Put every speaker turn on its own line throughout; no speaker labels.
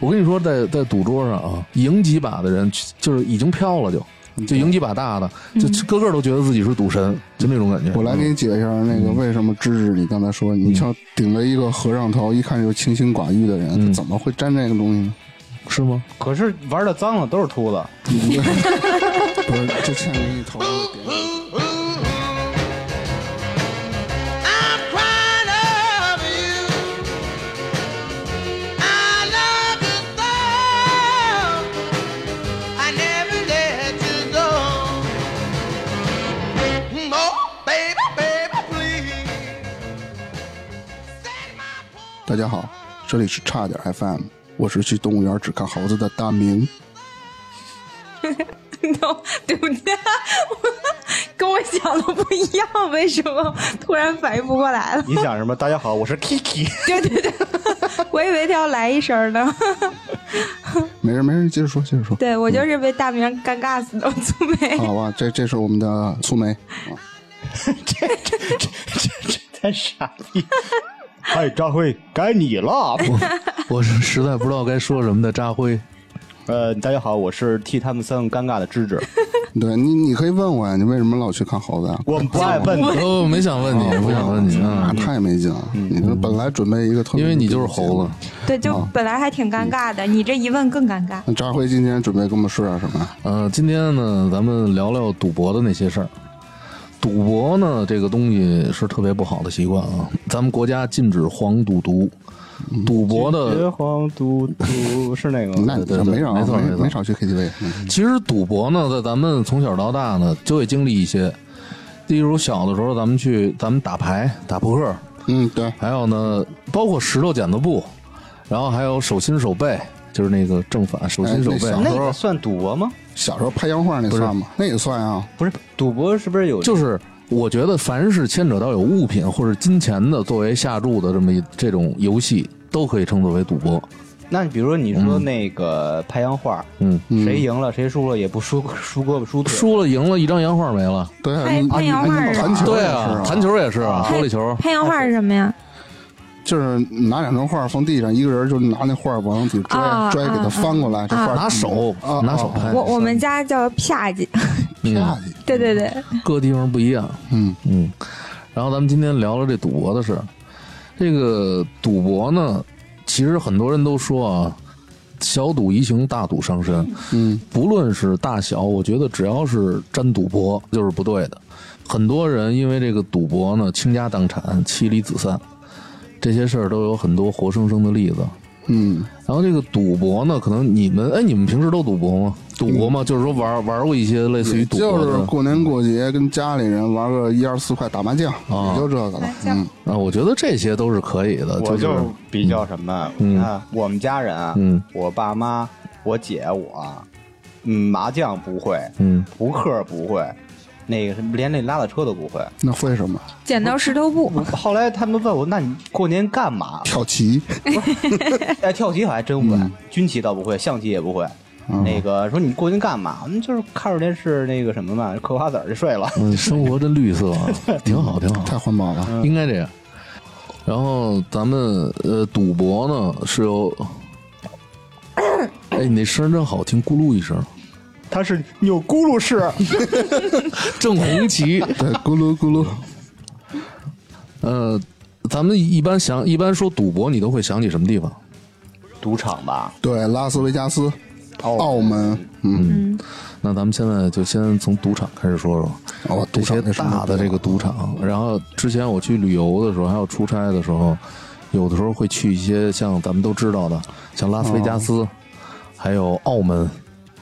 我跟你说，在在赌桌上啊，赢几把的人就是已经飘了就，
嗯
就赢几把大的，就个个都觉得自己是赌神，就那种感觉。
我来给你解释一下那
嗯
个为什么芝芝，你刚才说你像顶着一个和尚头，一看就是清心寡欲的人，
嗯
他怎么会沾这个东 西呢？
是吗？
可是玩的脏了都是秃子，
不是，就欠给你头上点。
I'm crying over you. I love you so. I never let you go. Oh, baby, baby, please. Set my poor
大家好，这里是差点 FM，我是去动物园只看猴子的大明。
no，对不对？ 我跟我想的不一样，为什么突然反应不过来 了？
你想什么？大家好，我是 Kiki，
对对对，我以为他要来一声呢。
没事没事，接着说接着说。
对我就是被大明尴尬死的粗眉。
好吧，这这是我们的粗眉，啊
这这这这这太傻逼！哎，张辉，该你了。
我是实在不知道该说什么的扎辉，
呃，大家好，我是替他们三个尴尬的芝芝。
对你你可以问我呀，你为什么老去看猴子啊？
我们不爱 问，
我哦没想问
哦
你，不想问你
那
啊，
太没劲了。你这本来准备一个
嗯
特别，
因为你就是猴子。。
对，就本来还挺尴尬的，你这一问更尴尬。
那扎辉今天准备跟我们说点什么啊呀？
嗯
呃，今天呢，咱们聊聊赌博的那些事儿。赌博呢，这个东西是特别不好的习惯啊。咱们国家禁止黄赌毒，
嗯
赌博
绝
的
黄嘟嘟是那个吗
那你这
哦对对
没少
没错没错
没少去 KTV，嗯
其实赌博呢，在咱们从小到大呢，就会经历一些。例如小的时候，咱们去咱们打牌、打扑克，
嗯，对，
还有呢，包括石头剪子布，然后还有手心手背，就是那个正反手心手背，
哎
那个算赌博吗？
小时候拍洋画那算吗？那也算啊。
不是，赌博是不是有
就是我觉得凡是牵扯到有物品或者金钱的作为下注的这么一这种游戏，都可以称作为赌博。
那比如说你说那个拍洋画，
嗯，
谁赢了谁输了也不输输胳膊输腿，
输了赢了一张洋画没了。
对啊，
哎
你
拍
你
洋
你
画是吧
弹球
对
也是啊
啊，，弹球也是啊，
啊
玻璃球。
拍洋画是什么呀？
就是拿两张画放地上，一个人就拿那画往自己拽
啊
拽，给它翻过来，这画
拿手
啊，
拿手拍
我我们家叫啪叽。
嗯，
对对对，
各地方不一样。
嗯
嗯，然后咱们今天聊聊这赌博的事儿。这个赌博呢，其实很多人都说啊，小赌怡情，大赌伤身。
嗯，
不论是大小，我觉得只要是沾赌博，就是不对的。很多人因为这个赌博呢，倾家荡产、妻离子散，这些事儿都有很多活生生的例子。
嗯，
然后这个赌博呢，可能你们哎，你们平时都赌博吗？赌博吗？就是说玩玩过一些类似于赌博
嗯就
的，
是过年过节跟家里人玩个一二四块打麻将，也就这个了
麻。将
嗯，
啊，我觉得这些都是可以的。
我
是
就是比较什么，
嗯
你看我们家人啊，
嗯
我爸妈、我姐、我，嗯，麻将不会，
嗯，
扑克不会，那个什么连那拉拉车都不会。
那会什么？
剪刀石头布。
后来他们问我，那你过年干嘛？
跳棋。
哎，跳棋我还真会
嗯，
军棋倒不会，象棋也不会。
嗯
那个说你过年干嘛？嗯，就是看会儿电视，那个什么嘛，嗑瓜子儿就睡了。
嗯，生活真绿色，啊，挺好，挺好，
太环保
嗯
了。
应该这样。然后咱们呃，赌博呢是有，哎，你那声儿真好听，咕噜一声，
他是钮咕噜式，
正红旗。
对，咕噜咕噜。
呃，咱们一般想，一般说赌博，你都会想起什么地方？
赌场吧？
对，拉斯维加斯，澳门，嗯，
那咱们现在就先从赌场开始说说。
哦，
这
赌
些
场那是
大的这个赌场。然后之前我去旅游的时候，还有出差的时候，有的时候会去一些像咱们都知道的，像拉斯维加
哦
斯，还有澳门，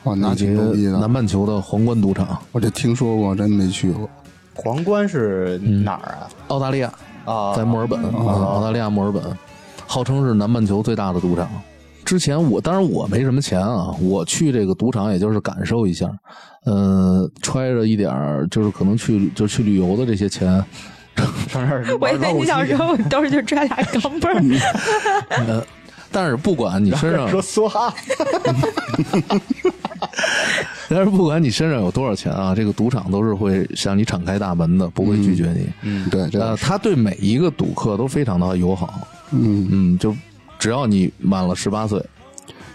哇，那
以及
挺牛逼
南
的。
半球的皇冠赌场，
我这听说过，真没去过。
皇冠是哪儿啊？
澳大利亚，
啊，
在墨尔本，啊澳大利亚墨尔本，号称是南半球最大的赌场。之前我当然我没什么钱啊，我去这个赌场也就是感受一下，呃，揣着一点儿就是可能去就去旅游的这些钱，
上这儿
我以为
玩
你想说我兜里就揣俩钢镚儿。
但是不管你身 上
说梭哈，
但是不管你身上有多少钱啊，这个赌场都是会向你敞开大门的，不会拒绝你。
嗯，对，这
呃，
个
他对每一个赌客都非常的友好。
嗯，
嗯，就只要你满了十八岁，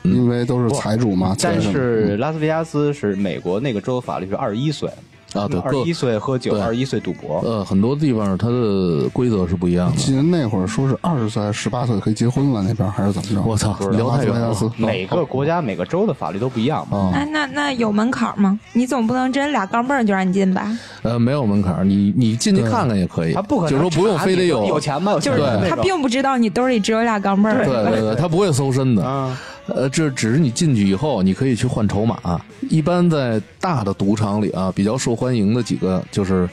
因为都是财主
啊
嘛。
但
财
嗯
神
是拉斯维加斯是美国那个州法律是二十一岁
啊，对，
二
各
十一岁喝酒，
对
二十一岁赌博。
呃很多地方它的规则是不一样的。
记得那会儿说是二十岁、十八岁可以结婚了，那边还是怎么着？
我操，聊太远
拉
了
斯维加斯
每个国家每个州的法律都不一样嘛。
啊！
啊，那那有门槛吗？你总不能真俩钢镚儿就让你进吧？
呃，没有门槛儿，你你进去看看也可以。
他不可能
就是说不用
查
非得
你
有
有钱吧，有
就
钱
是
人
他
那种
并不知道你兜里只有俩钢镚儿。
对对对，他不会搜身的。
啊，
呃，这只是你进去以后，你可以去换筹码。一般在大的赌场里啊，比较受欢迎的几个就是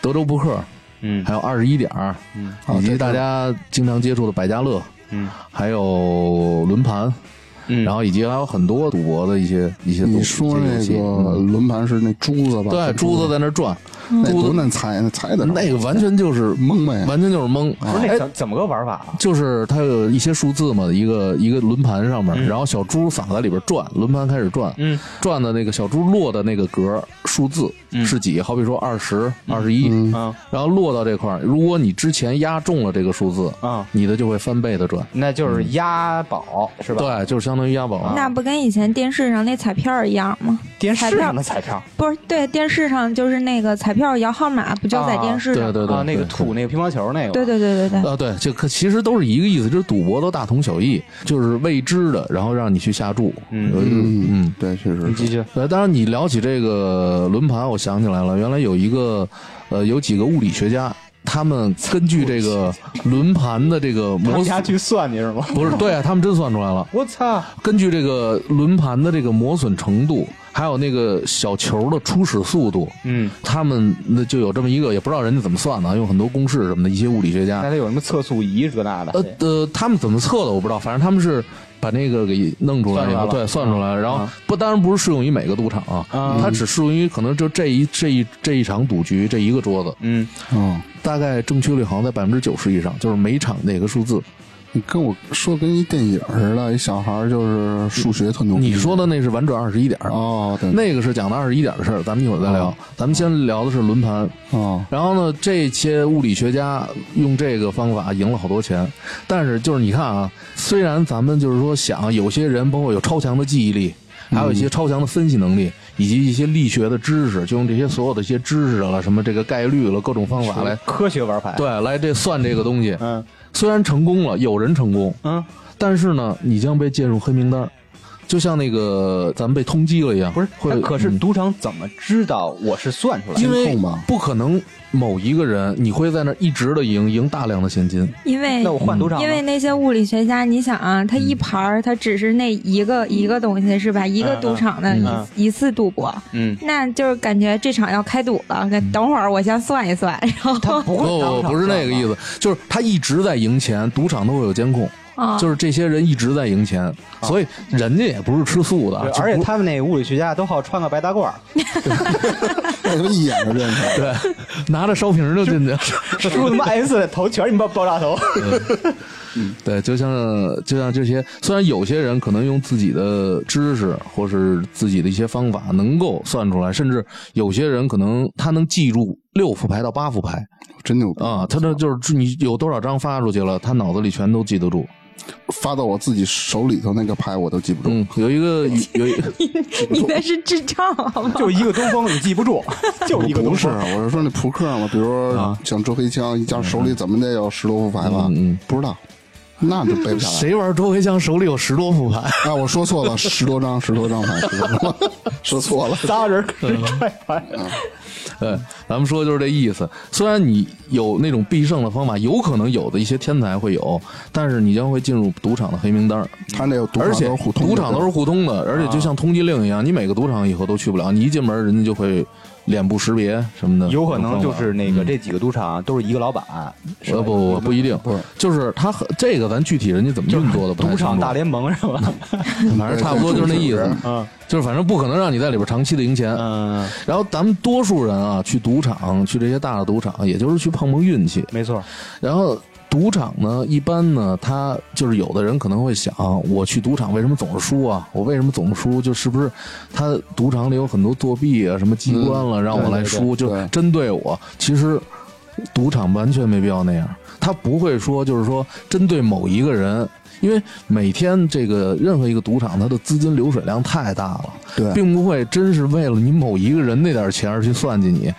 德州扑克，
嗯
还有二十一点儿，
嗯
以
哦
及大家经常接触的百家乐，
嗯
还有轮盘，
嗯，
然后以及还有很多赌博的一些一些赌
你说
一些游
那
戏
个
嗯
轮盘是那珠子吧？
对珠子在那儿转，
那
珠
多
子
难猜，那猜的
那个完全就是
蒙呗。
完全就是蒙，
不是那
哎
怎怎么个玩法啊？
就是它有一些数字嘛，一个一个轮盘上面，
嗯
然后小珠撒在里边转，轮盘开始转，
嗯
转的那个小珠落的那个格数字
嗯
是几？好比说二十二十一，
嗯
啊
然后落到这块儿，如果你之前压中了这个数字，
啊，
你的就会翻倍的转，
那就是押宝是吧？，
嗯
啊
对，就是相当于押宝。
那不跟以前电视上那彩票儿一样吗？
电
彩
视
票
上的彩票
不是，对，电视上就是那个彩票摇号码，不就在电视上？
对对对
啊，那个
对
吐那个乒乓球那个，
对对对对对
啊，对，这可其实都是一个意思，就是赌博都大同小异，就是未知的，然后让你去下注。
嗯
有一个
嗯
嗯，
对，确
你
实
继
是。
续，
对，当然你聊起这个轮盘，我想起来了，原来有一个呃，有几个物理学家，他们根据这个轮盘的这个
他
摩
们
斯
家去算你是吗？
不是对、啊，他们真算出来了，
我操！
根据这个轮盘的这个磨损程度，还有那个小球的初始速度。
嗯，
他们那就有这么一个，也不知道人家怎么算的，用很多公式什么的，一些物理学家
啊那得有什么测速仪这那的？
呃
对
呃，他们怎么测的我不知道，反正他们是把那个给弄出来以后，
算出来了
对，算出来了。然后
啊
不，当然不是适用于每个赌场啊，
啊
它只适用于可能就这一这一这一场赌局这一个桌子，
嗯，
嗯，
大概正确率好像在百分之九十以上，就是每场哪个数字。
你跟我说跟一电影似的，一小孩儿就是数学特牛逼。
你说的那是玩转二十一点儿，啊
哦，对，
那个是讲的二十一点儿的事儿，咱们一会儿再聊。咱们先聊的是轮盘，
哦，
然后呢，这些物理学家用这个方法赢了好多钱，但是就是你看啊，虽然咱们就是说想有些人包括有超强的记忆力，还有一些超强的分析能力，以及一些力学的知识，就用这些所有的一些知识了，什么这个概率了，各种方法来，
科学玩牌。，
对，来这算这个东西。
嗯
虽然成功了，有人成功，
嗯，
但是呢，你将被介入黑名单儿，就像那个咱们被通缉了一样。
不是，
会
那可是
嗯
赌场怎么知道我是算出来
因
的？
为
监控吧
不可能某一个人你会在那儿一直的赢，赢大量的现金。
因为
那我换赌场呢，
因为那些物理学家，你想啊，他一盘儿，他只是那一个一个东西是吧？一个赌场的
嗯
一、
嗯
一次赌博，
嗯，
那就是感觉这场要开赌了。那等会儿我先算一算，然
他
后
不会当
不
场
哦不是那个意
知道
思，就是他一直在赢钱，赌场都会有监控，
啊，
就是这些人一直在赢钱，所以人家也不是吃素的
啊吧。对，
就不
而且他们那物理学家都好穿个白大褂儿，
那都一眼就认出来。
对拿着烧瓶就进去，
梳他妈 S 头全是你妈爆炸头。
对，就像就像这些，虽然有些人可能用自己的知识或是自己的一些方法能够算出来，甚至有些人可能他能记住六副牌到八副牌
真牛逼！
啊，他这就是你有多少张发出去了，他脑子里全都记得住。
发到我自己手里头那个牌我都记不住。
嗯，有一 个有一。
你那是智障好吗？
就一个东风，你记不住， 就一个
不
东
是，啊
风。
我是说那扑克嘛，比如说像周黑枪，一家手里怎么得有十多副牌吧？
啊嗯嗯
不知道，那就背不下来。
谁玩周黑枪手里有十多副 牌？
啊，我说错了，十多张，十多张 牌，十多张牌说错了。
仨人踹牌，
对，哎咱们说就是这意思。虽然你有那种必胜的方法，有可能有的一些天才会有，但是你将会进入赌场的黑名单儿。
他那个赌场
而
都
且
是互通的，
赌场都是互通的，而且就像通缉令一样，你每个赌场以后都去不了，你一进门人家就会脸部识别什么的。
有可能就是那个
嗯
这几个赌场啊都是一个老板，是吧
呃不不不一定，
不是
就是他很这个咱具体人家怎么运作的不太
赌
清
场
楚
大联盟是吧？
反正差不多就是那意思，
嗯
就是反正不可能让你在里边长期的赢钱。
嗯，
然后咱们多数人啊，去赌场，去这些大的赌场，也就是去碰碰运气。
没错，
然后赌场呢，一般呢，他就是有的人可能会想，我去赌场为什么总是输啊？我为什么总输？就是不是他
嗯
赌场里有很多作弊啊，什么机关了，让我来输，
对对
就针对我。其实赌场完全没必要那样，他不会说就是说针对某一个人，因为每天这个任何一个赌场，它的资金流水量太大了，
对
并不会真是为了你某一个人那点钱而去算计你。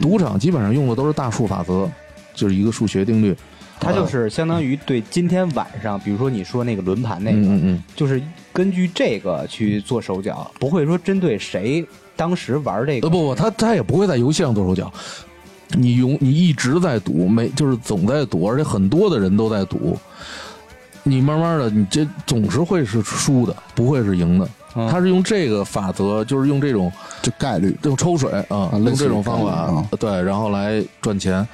赌场基本上用的都是大数法则，就是一个数学定律。
它就是相当于对今天晚上，比如说你说那个轮盘那个，
嗯嗯嗯，
就是根据这个去做手脚，不会说针对谁当时玩这
呃
个。
不不，他他也不会在游戏上剁手脚。你永你一直在赌，没就是总在赌，而且很多的人都在赌。你慢慢的，你这总是会是输的，不会是赢的。
嗯
他是用这个法则，就是用这种
就概率。
用抽水啊，用
类似
这
于
种方法、
概率啊
对，然后来赚钱。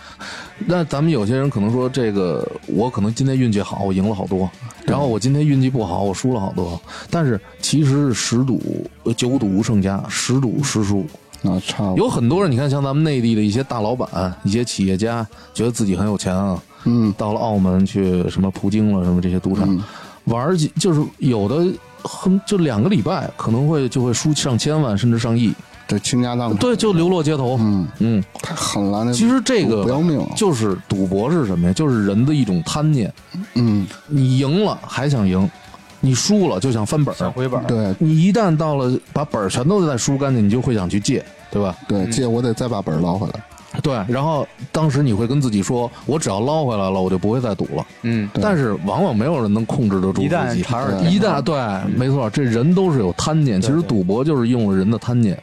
那咱们有些人可能说，这个我可能今天运气好，我赢了好多，然后我今天运气不好，我输了好多。但是其实是十赌呃九赌无胜家，十赌十输。
啊，差不多
有很多人，你看，像咱们内地的一些大老板、一些企业家，觉得自己很有钱啊，
嗯，
到了澳门去什么葡京了，什么这些赌场、玩儿几，就是有的很就两个礼拜可能会就会输上千万甚至上亿，
这倾家荡产，
对，就流落街头。
嗯，
嗯，
太狠了。那
其实这个
不要命，
就是赌博是什么呀？就是人的一种贪念，
嗯，
你赢了还想赢，你输了就想翻本儿。
想回本儿，
对
你一旦到了把本儿全都再输干净，你就会想去借，对吧？
对，借我得再把本儿捞回来。
对，然后当时你会跟自己说，我只要捞回来了，我就不会再赌了。
嗯，
对
但是往往没有人能控制得住
一旦
自己，
查尔
一旦对，没错，这人都是有贪念。其实赌博就是用了人的贪念。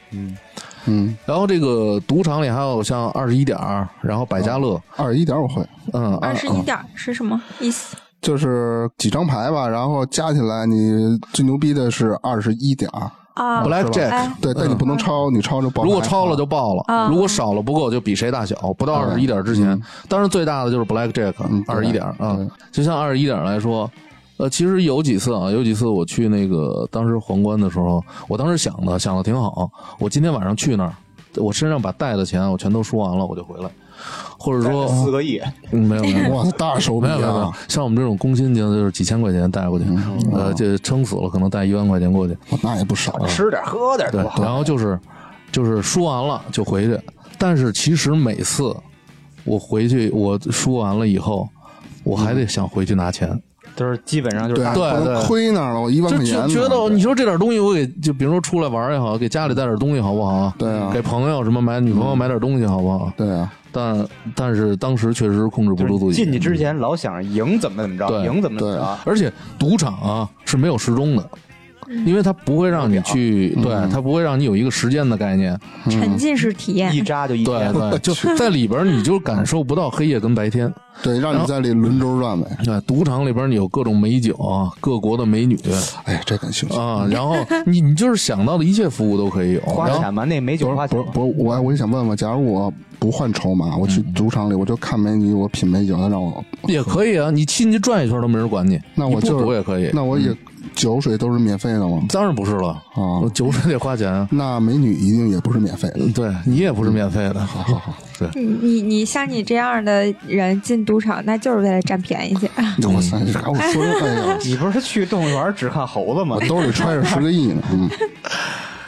嗯，
然后这个赌场里还有像二十一点儿，然后百家乐，
二十一点儿我会，
嗯，
二十一点儿是什么意思？
就是几张牌吧，然后加起来你最牛逼的是二十一点儿，
啊
Black
哎
Jack，
对，但你不能超，你超就爆
嗯
牌。
如果超了就爆
啊
了，如果少了不够就比谁大小，不到二十一点之前。当然最大的就是 Black Jack，
啊嗯
二十一点啊
对。
就像二十一点来说，呃，其实有几次啊，有几次我去那个当时皇冠的时候，我当时想的想的挺好，我今天晚上去那儿，我身上把带的钱我全都输完了，我就回来，或者说
四个亿，
嗯没有 没有。
哇，大手笔
没有没有没有
啊！，嗯
像我们这种工薪阶层就是几千块钱带过去，呃，这撑死了可能带一万块钱过去，
哇那也不
嗯
少啊，
吃点喝点
对
多，好。
然后就是就是输完了就回去，但是其实每次我回去我输完了以后，我还得想回去拿钱，
就是基本上就是
对啊
大
对
不能亏那儿了，我一万
就
块
觉
钱
觉得你
呢
说这点东西我给就比如说出来玩也好，给家里带点东西好不好？
对啊
给朋友什么买女朋友买点东西好不好？
对啊，
但但是当时确实控制不住
就
自
是
己，
进去之前老想着赢怎么怎么着，
对
赢怎么怎么
对
着，
而且赌场啊是没有时钟的，
嗯
因为它不会让你去，对
嗯
它不会让你有一个时间的概念，
沉浸式体验
一扎就一
对
天。
对，就在里边儿你就感受不到黑夜跟白天。
对，让你在里轮轴转呗。
对，赌场里边儿有各种美酒啊，各国的美女
哎呀，这感兴趣。
啊，然后你你就是想到的一切服务都可以有，
花
然后
钱嘛，那美酒花
不
钱
是
嘛。
不是，我我也想问问，假如我不换筹码，
嗯
我去赌场里，我就看美女，我品美酒，他让我，
也可以啊，你进去转一圈都没人管你，
那我
你不
就是
赌也可以，嗯
那我也酒水都是免费的吗？
当然不是了，
啊，嗯
酒水得花钱啊，
那美女一定也不是免费的。
对你也不是免费 的，
好好好，
你你你像你这样的人进赌场，那就是为了占便宜去。
嗯
我操，你看我说的，哎呀，
你不是去动物园只看猴子吗
我？兜里揣着十个亿呢。嗯，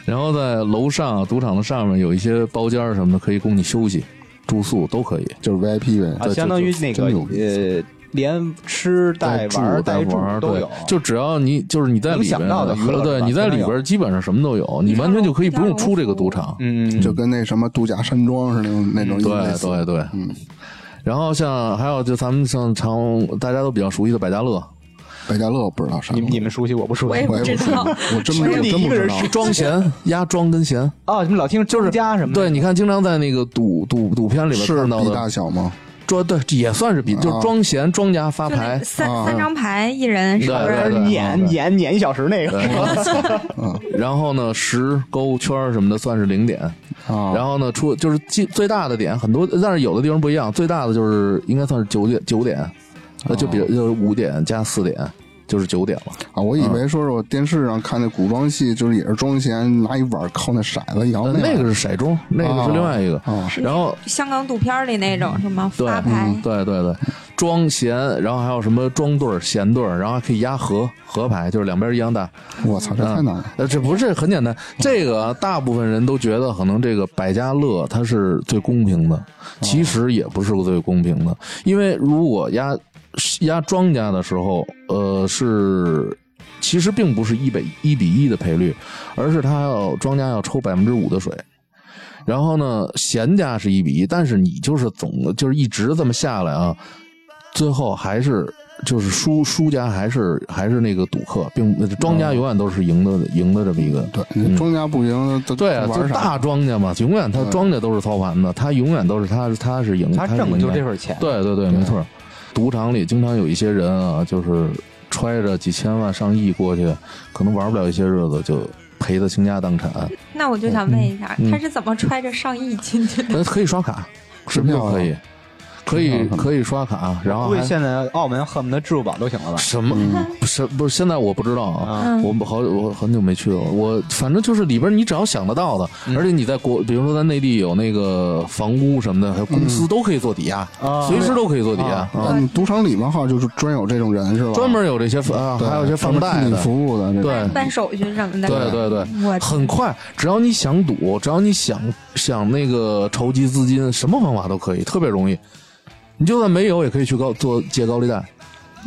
然后在楼上啊赌场的上面有一些包间儿什么的，可以供你休息、住宿都可以。
就是 VIP 呗。
啊，相当于那个
真有
呃，连吃带
住
玩儿
带
带住
玩儿
都
对
有，
就只要你就是你在里
能想
边
到
儿，
的娱乐是
对，
吧
你在
全都
里
有
边儿基本上什么都有，你完全就可以不用出这个赌场。
嗯，
就跟那什么度假山庄似的那种，
对对对，嗯。然后像还有就咱们像常大家都比较熟悉的百家乐，
百家乐不知道啥，
你你们熟悉我不熟
我
悉
也
我
不
也
知
不
道，
我真不
哎
我真不知道。
庄闲压庄跟闲，
哦，你们老听就是家什么
对，你看经常在那个赌赌赌片里边
是
看到
比大
的
小吗？
庄，对，也算是比
嗯
就是庄闲庄家发
就那
牌，
三
啊
三张牌一人，是不
对对
是？
的，撵撵撵一小时那个，
然后呢十勾圈儿什么的算是零点，
啊，
然后呢，出就是最最大的点很多，但是有的地方不一样，最大的就是应该算是九点九点，呃，就比就是五点加四点就是九点了。
啊，我以
嗯
为说是我电视上看那古装戏，就是也是庄闲拿一碗扣那骰子摇
呃那个
个
是骰盅，那个是另外一个。
啊，
然后
香港赌片里那种什么
嗯对嗯
发牌，
对对对，庄闲，然后还有什么庄对儿、闲对儿，然后还可以压和和牌，就是两边一样大。
我操，这太难了。
呃，这不是很简单。这个啊大部分人都觉得可能这个百家乐它是最公平的，其实也不是最公平的，因为如果压压庄家的时候，呃是。其实并不是一比一比一的赔率，而是他要庄家要抽百分之五的水，然后呢，闲家是一比一，但是你就是总就是一直这么下来啊，最后还是就是输输家还是还是那个赌客，并庄
哦
家永远都是赢的、赢的这么一个。
对，你庄家不赢，他
对啊，就
玩
是
啥？
大庄家嘛，永远他庄家都是操盘的，他永远都是他他是赢，
他
是
挣的就
赢
是这份钱。
对对对，没错。赌场里经常有一些人啊，就是揣着几千万、上亿过去，可能玩不了一些日子就赔得倾家荡产。
那我就想问一下，
嗯
他是怎么揣着上亿进去的？
那可以刷卡，嗯什么
票
都可以，可以
支票
可以刷卡，然后
估计
还
现在澳门恨不得支付宝都行了吧？
什么
嗯
嗯
不是不是？现在我不知道啊。
啊，
我好，我很久没去了。我反正就是里边，你只要想得到的，而且你在国，比如说在内地有那个房屋什么的，还有公司都可以做抵押，
啊
随时都可以做抵押，嗯啊
啊，你赌场里面好像就是专有这种人是吧？
专门有这些啊，
对
还有一些放
专门
贷
替你
的，
服务的这种。
对
办手续什么的？
对对对，
我
很快，只要你想赌，只要你想想那个筹集资金，什么方法都可以，特别容易。你就算没有，也可以去高做借高利贷。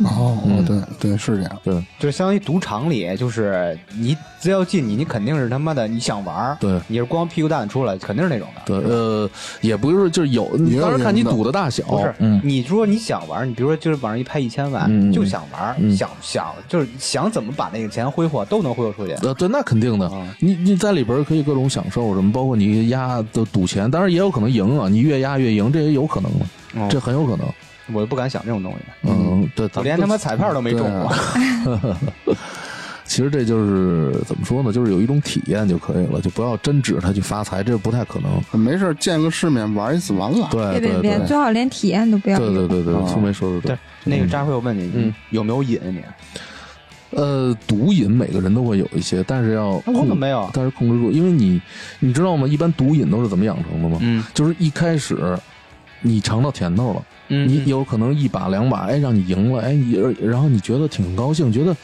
哦，
嗯
对对是这样。
对
就相当于赌场里，就是你只要进你，你肯定是他妈的你想玩儿
对
你是光屁股蛋出来，肯定是那种的。
对，呃，也不是就是有，
也有
当然看你
赢的
赌的大小。
不是，
嗯，
你说你想玩儿，你比如说今儿往上一拍一千万，
嗯嗯
就想玩儿，想想就是想怎么把那个钱挥霍都能挥霍出去。
呃，对，那肯定的
啊。
你你在里边可以各种享受什么，包括你压的赌钱，当然也有可能赢啊。你越压越赢，这也有可能的，
嗯
这很有可能。
我就不敢想这种东西，
嗯，对，
我
咱们啊
连他妈彩票都没中过。
其实这就是怎么说呢，就是有一种体验就可以了，就不要真指他去发财，这不太可能。
没事儿，见个世面，玩一次完了。
对对
别别
对
别，
对
最好连体验都不要。
对对对，
啊
苏梅说的对
对。，那个张辉，我问你，
嗯
你有没有瘾啊你？
呃，毒瘾每个人都会有一些，但是要
那我
控
怎么没有啊
但是控制住，因为你你知道吗？一般毒瘾都是怎么养成的吗？
嗯
就是一开始你尝到甜头了，
嗯
你有可能一把两把，哎，让你赢了，哎，你然后你觉得挺高兴，觉得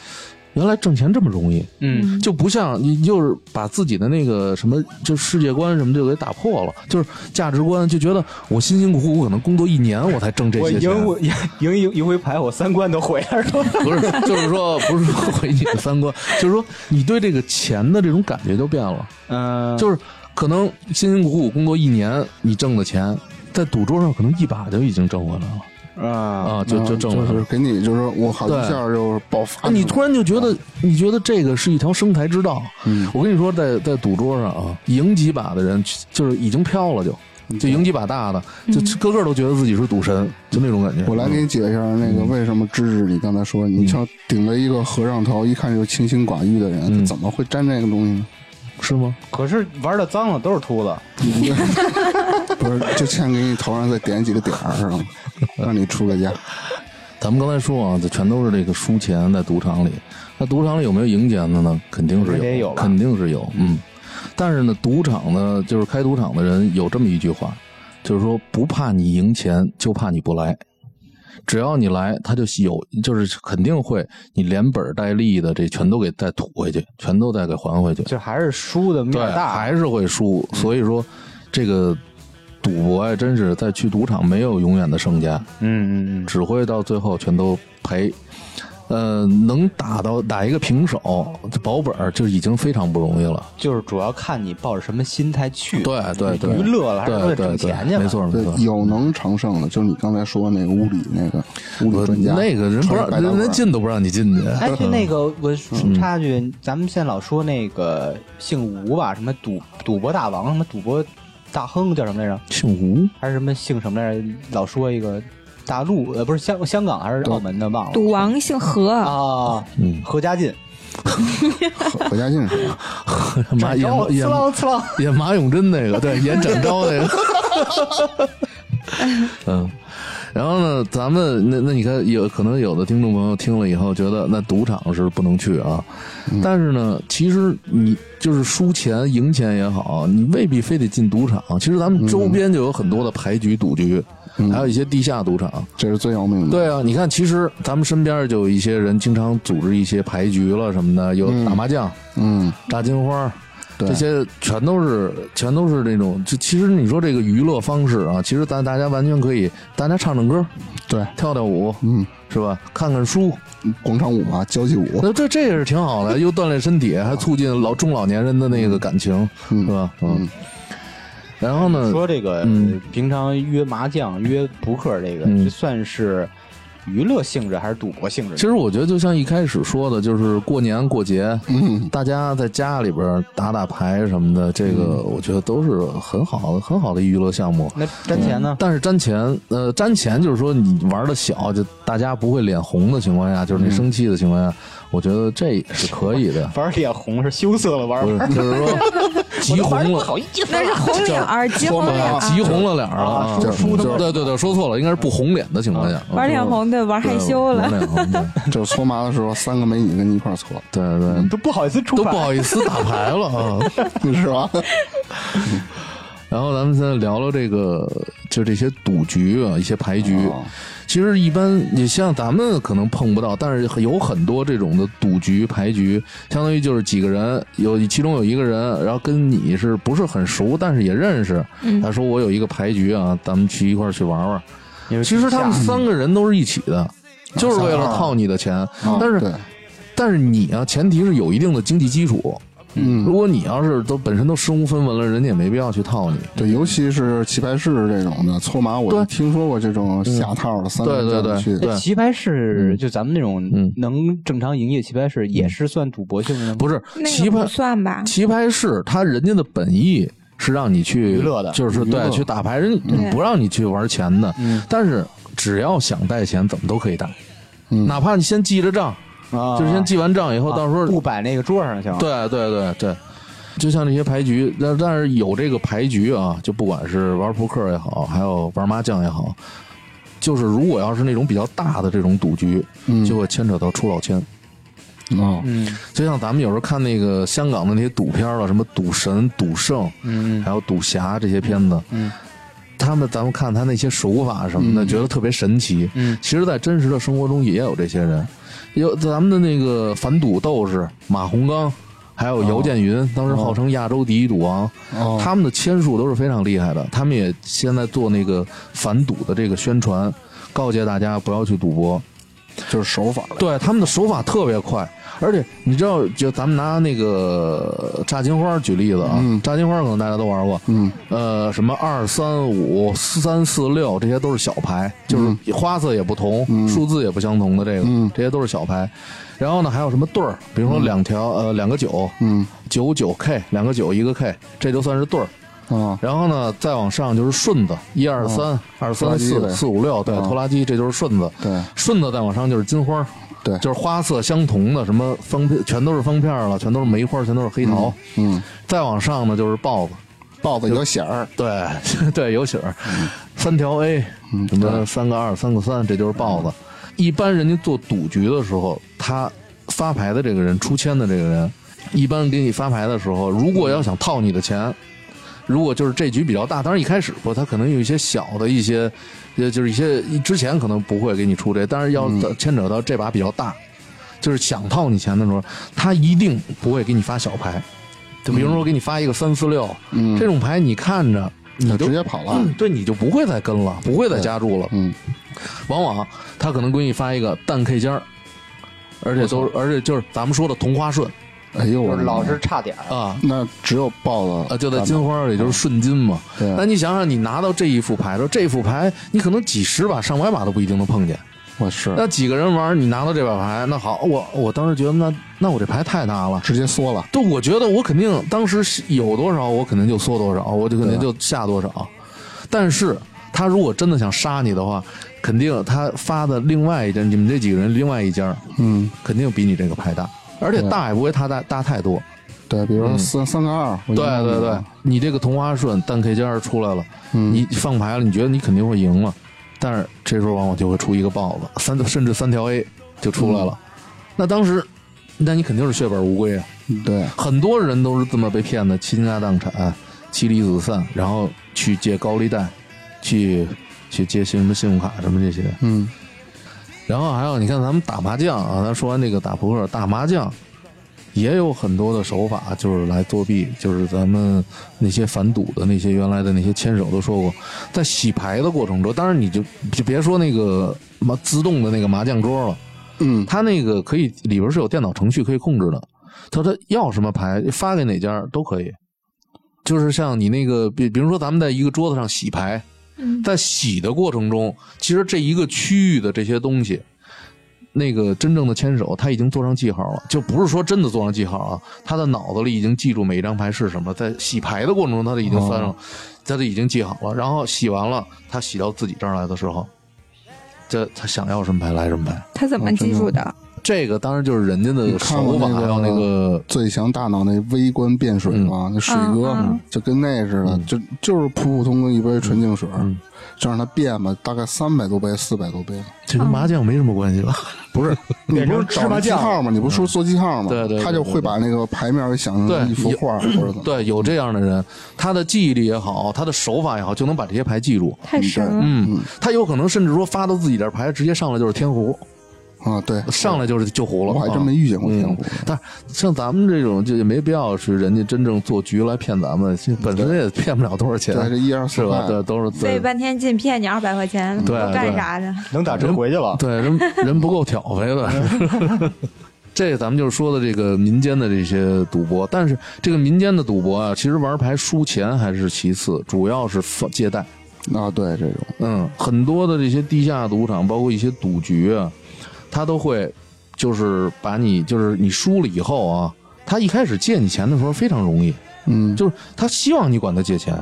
原来挣钱这么容易，
嗯，
就不像你就是把自己的那个什么，就世界观什么就给打破了，就是价值观，就觉得我辛辛苦苦可能工作一年我才挣这
我
些钱，
赢我赢赢一一回牌，我三观都毁了，是吧？
不是，就是说不是说毁你的三观，就是说你对这个钱的这种感觉就变了，
嗯，
就是可能辛辛苦苦工作一年你挣的钱，在赌桌上可能一把就已经挣回来了
啊，
啊，就就挣
就
回来
是
了。
给你，就是我好
对
一下就是爆发。
啊你突然就觉得，你觉得这个是一条生财之道。
啊嗯
我跟你说，在在赌桌上啊，赢几把的人就是已经飘了就，
嗯
就赢几把大的，就个个都觉得自己是赌神，就那种感觉。
我来给你解一下那
嗯
个为什么芝芝，你刚才说你像顶了一个和尚头，一看就清心寡欲的人，
嗯
他怎么会沾这个东西呢？
是吗？
可是玩的脏了都是秃子，
不是，就欠给你头上再点几个点儿是吗？让你出个家。
咱们刚才说啊，这全都是这个输钱在赌场里。那赌场里有没有赢钱的呢？肯定是
肯定
有，
也有吧
肯定是有。嗯，但是呢，赌场呢，就是开赌场的人有这么一句话，就是说不怕你赢钱，就怕你不来。只要你来，他就有，就是肯定会，你连本带利的这全都给再吐回去，全都再给还回去。
就还是输的面
对，
儿大，
还是会输。所以说，这个赌博呀，真是在去赌场没有永远的胜家。
嗯嗯嗯，
只会到最后全都赔。呃，能打到打一个平手，保本儿就已经非常不容易了。
就是主要看你抱着什么心态去，
对对对，
娱乐了还是为
对对 对
了挣钱去，了
没错没
对
错，。
有能常胜的，就是你刚才说那个屋里那个屋
我
里专家，
那个人不让
穿着白大
人
褂
人进都不让你进去。
哎，就那个
嗯
我插句，咱们现在老说那个姓吴吧，什么赌赌博大王，什么赌博大亨叫什么来着？
姓吴，
还是什么姓什么来着？老说一个大陆呃，不是香香港还是澳门的忘了
赌王姓何，
啊？
嗯，
何家劲，
何何家啊劲是吧？
哎
马演
然后
演
呲楞呲楞，
演马永贞那个，对，演展昭那个。 嗯，然后呢，咱们那那你看，有可能有的听众朋友听了以后觉得那赌场是不能去啊，但是呢，其实你就是输钱赢钱也好，你未必非得进赌场。其实咱们周边就有很多的牌局、赌局，还有一些地下赌场。
这是最要命的。
对啊，你看，其实咱们身边就有一些人经常组织一些牌局了什么的，有打麻将、
嗯，
炸金花，
对
这些全都是全都是那种。就其实你说这个娱乐方式啊，其实咱大家完全可以，大家唱唱歌，
对，
跳跳舞，
嗯，
是吧？看看书，
广场舞嘛，交际舞，
那这这也是挺好的，又锻炼身体，还促进老中老年人的那个感情，
嗯
是吧？
嗯，
然后呢，
说这个、
嗯
平常约麻将、约扑克，这个、
嗯
这算是娱乐性质还是赌博性质？
其实我觉得就像一开始说的，就是过年过节，
嗯，
大家在家里边打打牌什么的，这个
嗯
我觉得都是很好的、很好的娱乐项目。
那沾钱呢？。
但是沾钱，呃，沾钱就是说你玩的小，就大家不会脸红的情况下，就是你生气的情况下，我觉得这也是可以的
玩儿脸红是羞涩了，玩儿
不是，就是说急红了，
那是红脸儿，急红脸儿，
急红了脸儿了啊，
说
就是对对对，说错了，应该是不红脸的情况下，
玩脸红的，玩
哦对
害羞
玩
了。
脸红对
就是搓麻的时候，三个美女跟你一块儿搓，
对对，
都不好意思出
都
牌，
不好意思打牌了啊。
是吧？
然后咱们现在聊聊这个，就这些赌局啊，一些牌局。
哦
其实一般你像咱们可能碰不到，但是有很多这种的赌局、牌局，相当于就是几个人，有其中有一个人，然后跟你是不是很熟，但是也认识。他说我有一个牌局啊，咱们去一块儿去玩玩。
嗯
因为
其实他们三个人都是一起的，就是为
三
了
二
套你的钱。
啊
但
对
是但是你啊，前提是有一定的经济基础。如
嗯，
果你要是都本身都身无分文了，人家也没必要去套你。
对，尤其是棋牌室这种的搓麻，我
嗯对嗯
就听说过这种下套的，三个人
对对
这
对
样去
对
这棋牌室就咱们那种
嗯
能正常营业棋牌室，也是算赌博性质的吗？
不是
那
棋
个
牌
不算吧？
棋牌室，他人家的本意是让你去
娱乐的
就是对去打牌，人
嗯
不让你去玩钱的
嗯。
但是只要想带钱，怎么都可以带，
嗯
哪怕你先记着账，
啊，
就是先记完账以后，
啊
到时候
不摆那个桌上行吗？
对对对对，就像这些牌局，但但是有这个牌局啊，就不管是玩扑克也好，还有玩麻将也好，就是如果要是那种比较大的这种赌局，
嗯
就会牵扯到出老千。
哦，
嗯
就像咱们有时候看那个香港的那些赌片儿了，什么赌神、赌圣，
嗯
还有赌侠这些片子，
嗯
他们咱们看他那些手法什么的，
嗯
觉得特别神奇。
嗯
其实，在真实的生活中也有这些人，有咱们的那个反赌斗士马洪刚，还
哦
有姚建云，当时号称亚洲第一赌王，
哦
他们的签数都是非常厉害的。他们也现在做那个反赌的这个宣传，告诫大家不要去赌博。
就是手法了，
对，他们的手法特别快，而且你知道，就咱们拿那个炸金花举例子啊，
嗯
炸金花可能大家都玩过，
嗯，
呃，什么二三五三四六，这些都是小牌，就是花色也不同，数字也不相同的这个，
嗯
这些都是小牌。然后呢，还有什么对儿，比如说两条、呃两个九，
嗯，
九九 K 两个九一个 K，这就算是对儿。
啊，
然后呢，再往上就是顺子，一
哦
二三二
拖
三
拉机
四
呗
四五六，对，
嗯
拖拉机这就是顺子。
对
顺子再往上就是金花，
对
就是花色相同的，什么方片全都是方片了，全都是梅花，全都是黑桃。
嗯，
再往上呢就是豹子，
豹子有响儿，
对 对，有喜儿，三条 A，什
嗯
么三个二、三个三，这就是豹子。一般人家做赌局的时候，他发牌的这个人、出签的这个人，一般给你发牌的时候，如果要想套你的钱，如果就是这局比较大，当然一开始不，他可能有一些小的一些，呃，就是一些之前可能不会给你出这，但是要牵扯到这把比较大，就是想套你钱的时候，他一定不会给你发小牌。就比如说给你发一个三四六，
嗯
这种牌你看着你
就
就嗯
直接跑了，
对你就不会再跟了，不会再加注了。
啊嗯，
往往他可能给你发一个蛋 K 尖儿，而且都而且就是咱们说的同花顺
哎呦，
就
我
是
的妈
老是差点儿，
啊。
那只有豹子
啊，就在金花，也就是顺金嘛。
对
那你想想，你拿到这一副牌的时候，这副牌你可能几十把、上百把都不一定能碰见。
我是
那几个人玩，你拿到这把牌，那好，我我当时觉得那那我这牌太大了，
直接缩了，
对，我觉得我肯定当时有多少，我肯定就缩多少，我就肯定就下多少。但是他如果真的想杀你的话，肯定他发的另外一家，你们这几个人另外一家，
嗯，
肯定比你这个牌大，而且
对
大也不会他大大太多。
对，比如说三三个二，我
对
就弄
嗯对
你
对
了，，嗯
你这个同花顺单 K 尖儿出来了，你放牌了，你觉得你肯定会赢了，但是这时候往往就会出一个豹子，三甚至三条 A 就出来了。那当时，那你肯定是血本无归啊。
对，
很多人都是这么被骗的，倾家荡产、妻离子散，然后去借高利贷，去去接新什么信用卡什么这些。
嗯
然后还有，你看咱们打麻将啊，咱说完这个打扑克，打麻将也有很多的手法，就是来作弊，就是咱们那些反赌的那些原来的那些牵手都说过，在洗牌的过程中，当然你就就别说那个麻自动的那个麻将桌了，
嗯
它那个可以里边是有电脑程序可以控制的，它它要什么牌发给哪家都可以，就是像你那个，比比如说咱们在一个桌子上洗牌，
嗯
在洗的过程中，其实这一个区域的这些东西，那个真正的牵手，他已经做上记号了，就不是说真的做上记号啊，他的脑子里已经记住每一张牌是什么，在洗牌的过程中，他就已经翻上，他就已经记好了。然后洗完了，他洗到自己这儿来的时候，这他想要什么牌来什么牌。
他怎么记住的？
这个当然就是人家的
你看过
手法，
那个嗯
还有那个
最强大脑那微观变水嘛，那水哥
嗯嗯
就跟那似
嗯
的，就就是普普通通一杯纯净水，就让它变吧，大概三百多杯、四百多杯。
这跟麻将没什么关系 吧？
不是，你
变
不是
成芝
找
麻
记
酱
号吗？你不是说做记号吗？
嗯对对对
他就会把那个牌面给想
对
成一幅画或者 怎么。
对，有这样的人，他的记忆力也好，他的手法也好，就能把这些牌记住。
太神了！
嗯，他有可能甚至说发到自己这儿牌，直接上来就是天胡，
啊，对，
上来就是就胡了。
我还真
啊
没遇见过天
嗯
胡。
但像咱们这种就也没必要是人家真正做局来骗咱们，这本身也骗不了多少钱，
对，这一二
是
四
吧？
块，
对，都是
费
对
半天劲骗你二百块钱，
对
都干啥呢？
能打
嗯
折回去了。
对人人不够挑肥的。 这咱们就是说的这个民间的这些赌博，但是这个民间的赌博啊，其实玩牌输钱还是其次，主要是放借贷。
啊，对这种，
嗯，很多的这些地下赌场，包括一些赌局啊，他都会就是把你就是你输了以后啊，他一开始借你钱的时候非常容易，
嗯，
就是他希望你管他借钱，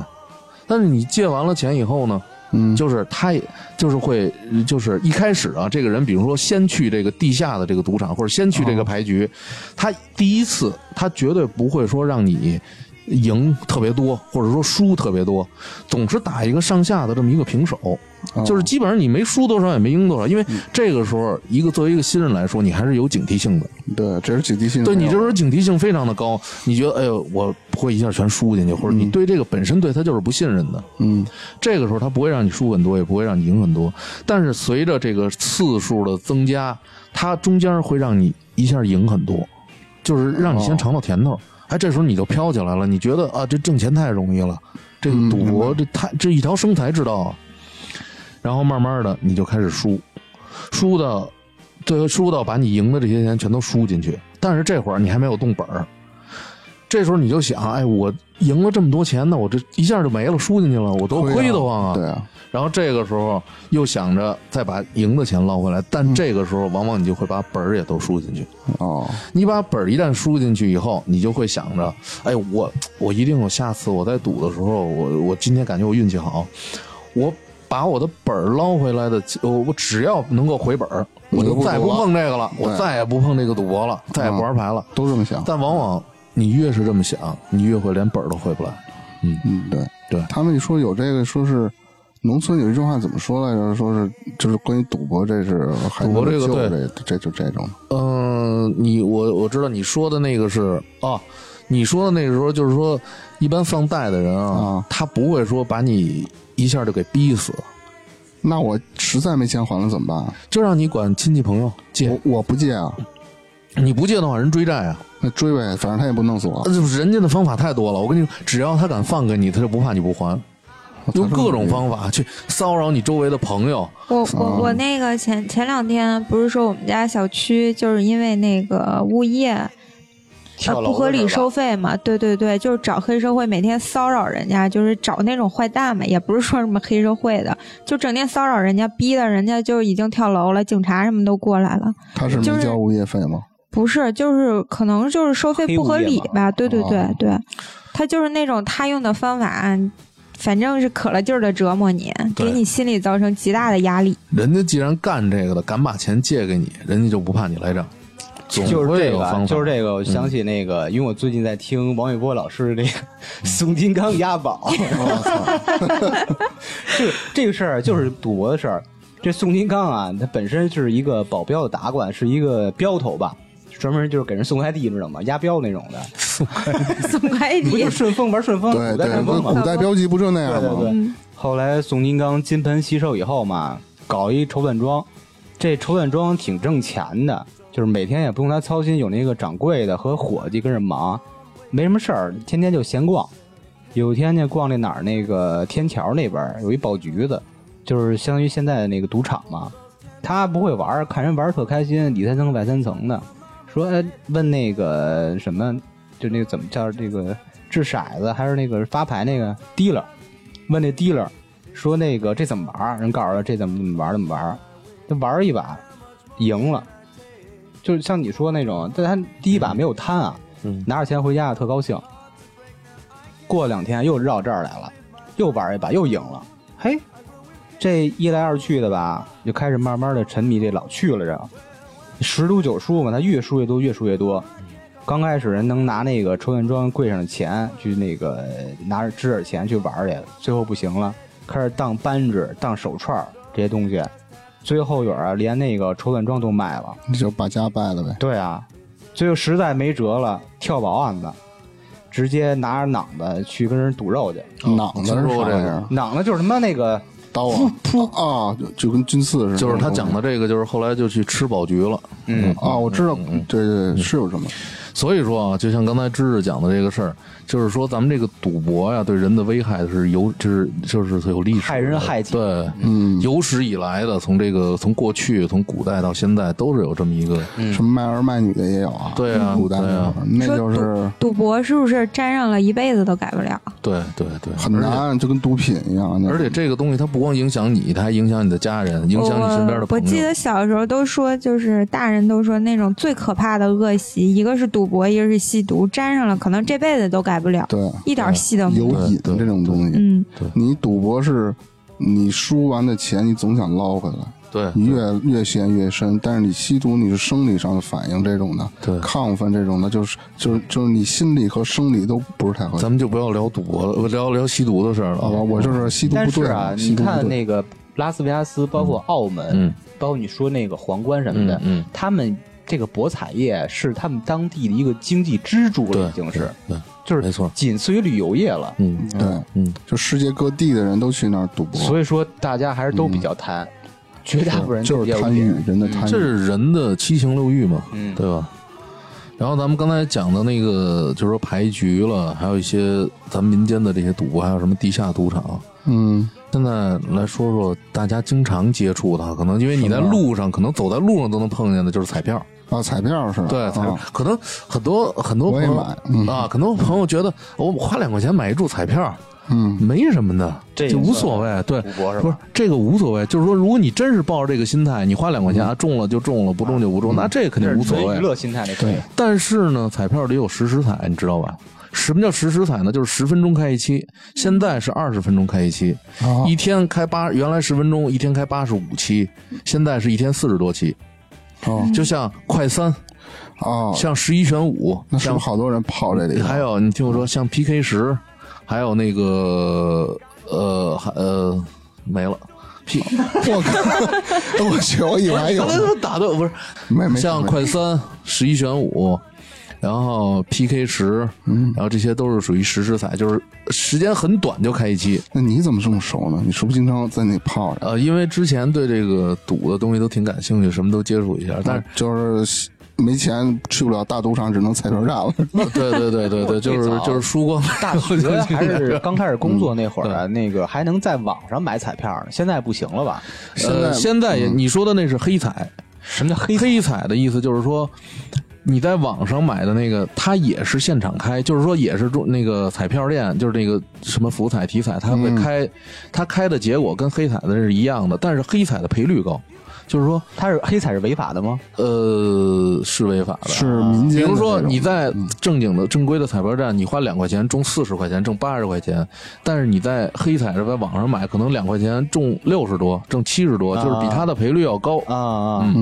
但是你借完了钱以后呢，
嗯，
就是他也就是会就是一开始啊，这个人比如说先去这个地下的这个赌场，或者先去这个牌局，他第一次他绝对不会说让你。赢特别多，或者说输特别多，总是打一个上下的这么一个平手。
啊
就是基本上你没输多少也没赢多少，因为这个时候一个作为一个新人来说，你还是有警惕性的。
对，这是警惕性。
对你这时候警惕性非常的高，你觉得哎呦我不会一下全输进去，或者你对这个本身对他就是不信任的。
嗯，
这个时候他不会让你输很多，也不会让你赢很多，但是随着这个次数的增加，它中间会让你一下赢很多，就是让你先尝到甜头。哎，这时候你就飘起来了，你觉得啊，这挣钱太容易了，这个
嗯
赌
明
博这太这一条生财之道啊。然后慢慢的你就开始输，输的最后输到把你赢的这些钱全都输进去，但是这会儿你还没有动本儿。这时候你就想，哎，我赢了这么多钱呢，我这一下就没了，输进去了，我多亏得慌啊！
对哦啊，
然后这个时候又想着再把赢的钱捞回来，但这个时候往往你就会把本儿也都输进去。
哦，
你把本儿一旦输进去以后，你就会想着，哎，我我一定有下次我在赌的时候，我我今天感觉我运气好，我把我的本儿捞回来的，我我只要能够回本儿，我就
你就不
再不
赌了
碰这个了，我
对嗯
再也不碰这个赌博了，再也不玩牌了。
都这么想。
但往往你越是这么想，你越会连本儿都回不来。
嗯，对
对
他们说有这个，说是农村有一句话怎么说来着？说是就是关于赌博，这是还
赌博
能
这个
救
对
这这就这种。
嗯，你我我知道你说的那个是啊，你说的那个时候就是说，一般放贷的人啊，
啊
他不会说把你一下就给逼死，
那我实在没钱还了怎么办？
就让你管亲戚朋友借，
我我不借啊，
你不借的话，人追债啊，
那追呗，反正他也不弄死我
呃。就是人家的方法太多了。我跟你说，只要他敢放给你，他就不怕你不还，用各种方法去骚扰你周围的朋友。
我我我那个前前两天不是说我们家小区就是因为那个物业呃
跳楼
不合理
的是吧
收费嘛，对对对，就是找黑社会每天骚扰人家，就是找那种坏蛋嘛，也不是说什么黑社会的，就整天骚扰人家，逼的人家就已经跳楼了，警察什么都过来了。
他是
就是
没交物业费吗？
不是，就是可能就是收费不合理
黑物业
吧，对对对、
哦
对，他就是那种他用的方法，反正是可了劲儿的折磨你，
对
给你心里造成极大的压力。
人家既然干这个的，敢把钱借给你，人家就不怕你赖账。总
就是
会
这
有
个
方
啊，
法嗯
就是这个。我想起那个，因为我最近在听王玥波老师的那个《宋金刚押宝》
哦
就是这个事儿，就是
嗯
赌博的事儿。这宋金刚啊，他本身是一个保镖的打官，是一个镖头吧，专门就是给人送快递那种嘛，押镖那种的。
怎么还
不
你
就？顺风玩顺风，
对
嗯古代
对，
顺
不
风嘛
古。代标记不就那样
对对
吗？
对。后来宋金刚金盆洗手以后嘛，搞一绸缎庄，这绸缎庄挺挣钱的，就是每天也不用他操心有那个掌柜的和伙计跟着忙，没什么事儿，天天就闲逛。有一天呢，逛那哪儿那个天桥那边儿有一宝橘子，就是相当于现在的那个赌场嘛。他不会玩儿，看人玩儿特开心，里三层外三层的，说哎问那个什么，就那个怎么叫这个掷骰子还是那个发牌那个 dealer，问那 dealer 说那个这怎么玩儿？人告诉他这怎么怎么玩儿怎么玩儿，他玩儿一把赢了，就是像你说那种，但他第一把没有贪啊，
嗯
拿着钱回家特高兴。过两天又绕这儿来了，又玩一把又赢了，嘿，这一来二去的吧，就开始慢慢的沉迷这老去了这，十赌九输嘛，他越输越多，越输越多。刚开始人能拿那个抽烟庄柜上的钱去那个呃拿着支点钱去玩儿去，最后不行了，开始当扳指、当手串儿这些东西，最后有啊连那个抽烟庄都卖了。
你就把家败了呗。
对啊，最后实在没辙了，跳保案子，直接拿着榔子去跟人赌肉去。
脑子
哦听
是
说过
啥
这
玩意
个
儿？
榔子就是他妈那个
刀啊，噗啊，就就跟军刺似的。
就是他讲的这个，就是后来就去吃宝局了。
嗯
啊，我知道，对对对，是有这么
所以说啊，就像刚才芝芝讲的这个事儿，就是说咱们这个赌博呀，对人的危害是有，就是就是有历史的
害人害己嗯
对，有史以来的，从这个从过去从古代到现在，都是有这么一个，
嗯
什么卖儿卖女的也有啊。
嗯对啊
古代
对啊
那
说
就是
赌赌博是不是沾上了一辈子都改不了？
对对对，
很难，就跟毒品一样。那
而且这个东西它不光影响你，它还影响你的家人，影响你身边的
我。
朋
我
嗯
记
友
得。小时候都说，就是大人都说那种最可怕的恶习，一个是赌博，一个是吸毒，沾上了可能这辈子都改不了，
对
一点戏
嗯
都没有。
有瘾的这种东西，
嗯，
你赌博是你输完的钱，你总想捞回来。
对
你越越陷越深，但是你吸毒你是生理上的反应这种的，
对
亢奋这种的，就是就是就是你心理和生理都不是太合适。
咱们就不要聊赌博了，聊聊吸毒的事儿了。啊
好吧，啊我就是吸毒
但
不
是
对
啊，
吸
你
毒不
看
对。
那个拉斯维加斯，包括澳门，
嗯
包括你说那个皇冠什么的，
嗯嗯
他们这个博彩业是他们当地的一个经济支柱
对
了，已经是，
对，
就是
没错
仅次于旅游业了。
嗯，
对，
嗯，
就世界各地的人都去那儿赌博，
所以说，大家还是都比较贪，
嗯
绝大部分人都
嗯就
比
是
较有
贪
瘾
欲，真的贪
这
欲。
是人的七情六欲嘛，
嗯
对吧？然后咱们刚才讲的那个，就是说牌局了，还有一些咱们民间的这些赌博，还有什么地下赌场。
嗯，
现在来说说大家经常接触的，可能因为你在路上，可能走在路上都能碰见的，就是彩票。
啊，彩票是吧？
对，彩票
啊，
可能很多很多
我
朋
也
友
买嗯
啊，很多朋友觉得哦我花两块钱买一注彩票，
嗯，
没什么的，
这也
就无
算
所谓。对，
赌博是
不
吧啊
是这个无所谓，就是说，如果你真是抱着这个心态，你花两块钱、啊中了就中了，不中就不中，那这肯定无所
嗯这是
谓
娱。乐心态那
对
种。
但是呢，彩票里有实时彩，你知道吧？什么叫实时彩呢？就是十分钟开一期，现在是二十分钟开一期，
哦
啊
一天开八，原来十分钟一天开八十五期，现在是一天四十多期。
哦
就像快三，
哦，
像十一选五，
那是不
像
是好多人泡这里头？
还有你听我说，像 PK 十，还有那个呃还呃没了。P
我靠，我去，我以为还有
刚才
呢，
都打断我不是，
没没
像
没
快三十一选五，然后 PK 十，
嗯
然后这些都是属于实时赛，就是时间很短就开一期。
那你怎么这么熟呢？你是不是经常在那泡啊着？
呃，因为之前对这个赌的东西都挺感兴趣，什么都接触一下，但是。
嗯就是没钱去不了大赌场，只能彩票站了。
对对对对对，就是
最早
就是输光
嗯大学还是刚开始工作那会儿啊，那个还能在网上买彩票呢，现在不行了吧？
现在
呃，现在也你说的那是黑彩，
什么叫黑？
黑彩的意思就是说，你在网上买的那个，它也是现场开，就是说也是中那个彩票店，就是那个什么福彩、体彩，它会开，它开的结果跟黑彩的是一样的，但是黑彩的赔率高，就是说，
它是黑彩是违法的吗？
呃，是违法的。
是民
比
间的这种，
如说你在正经的正规的彩票站，你花两块钱中四十块钱，挣八十块钱，但是你在黑彩是在网上买，可能两块钱中六十多，挣七十多，就是比它的赔率要高。
嗯
啊啊，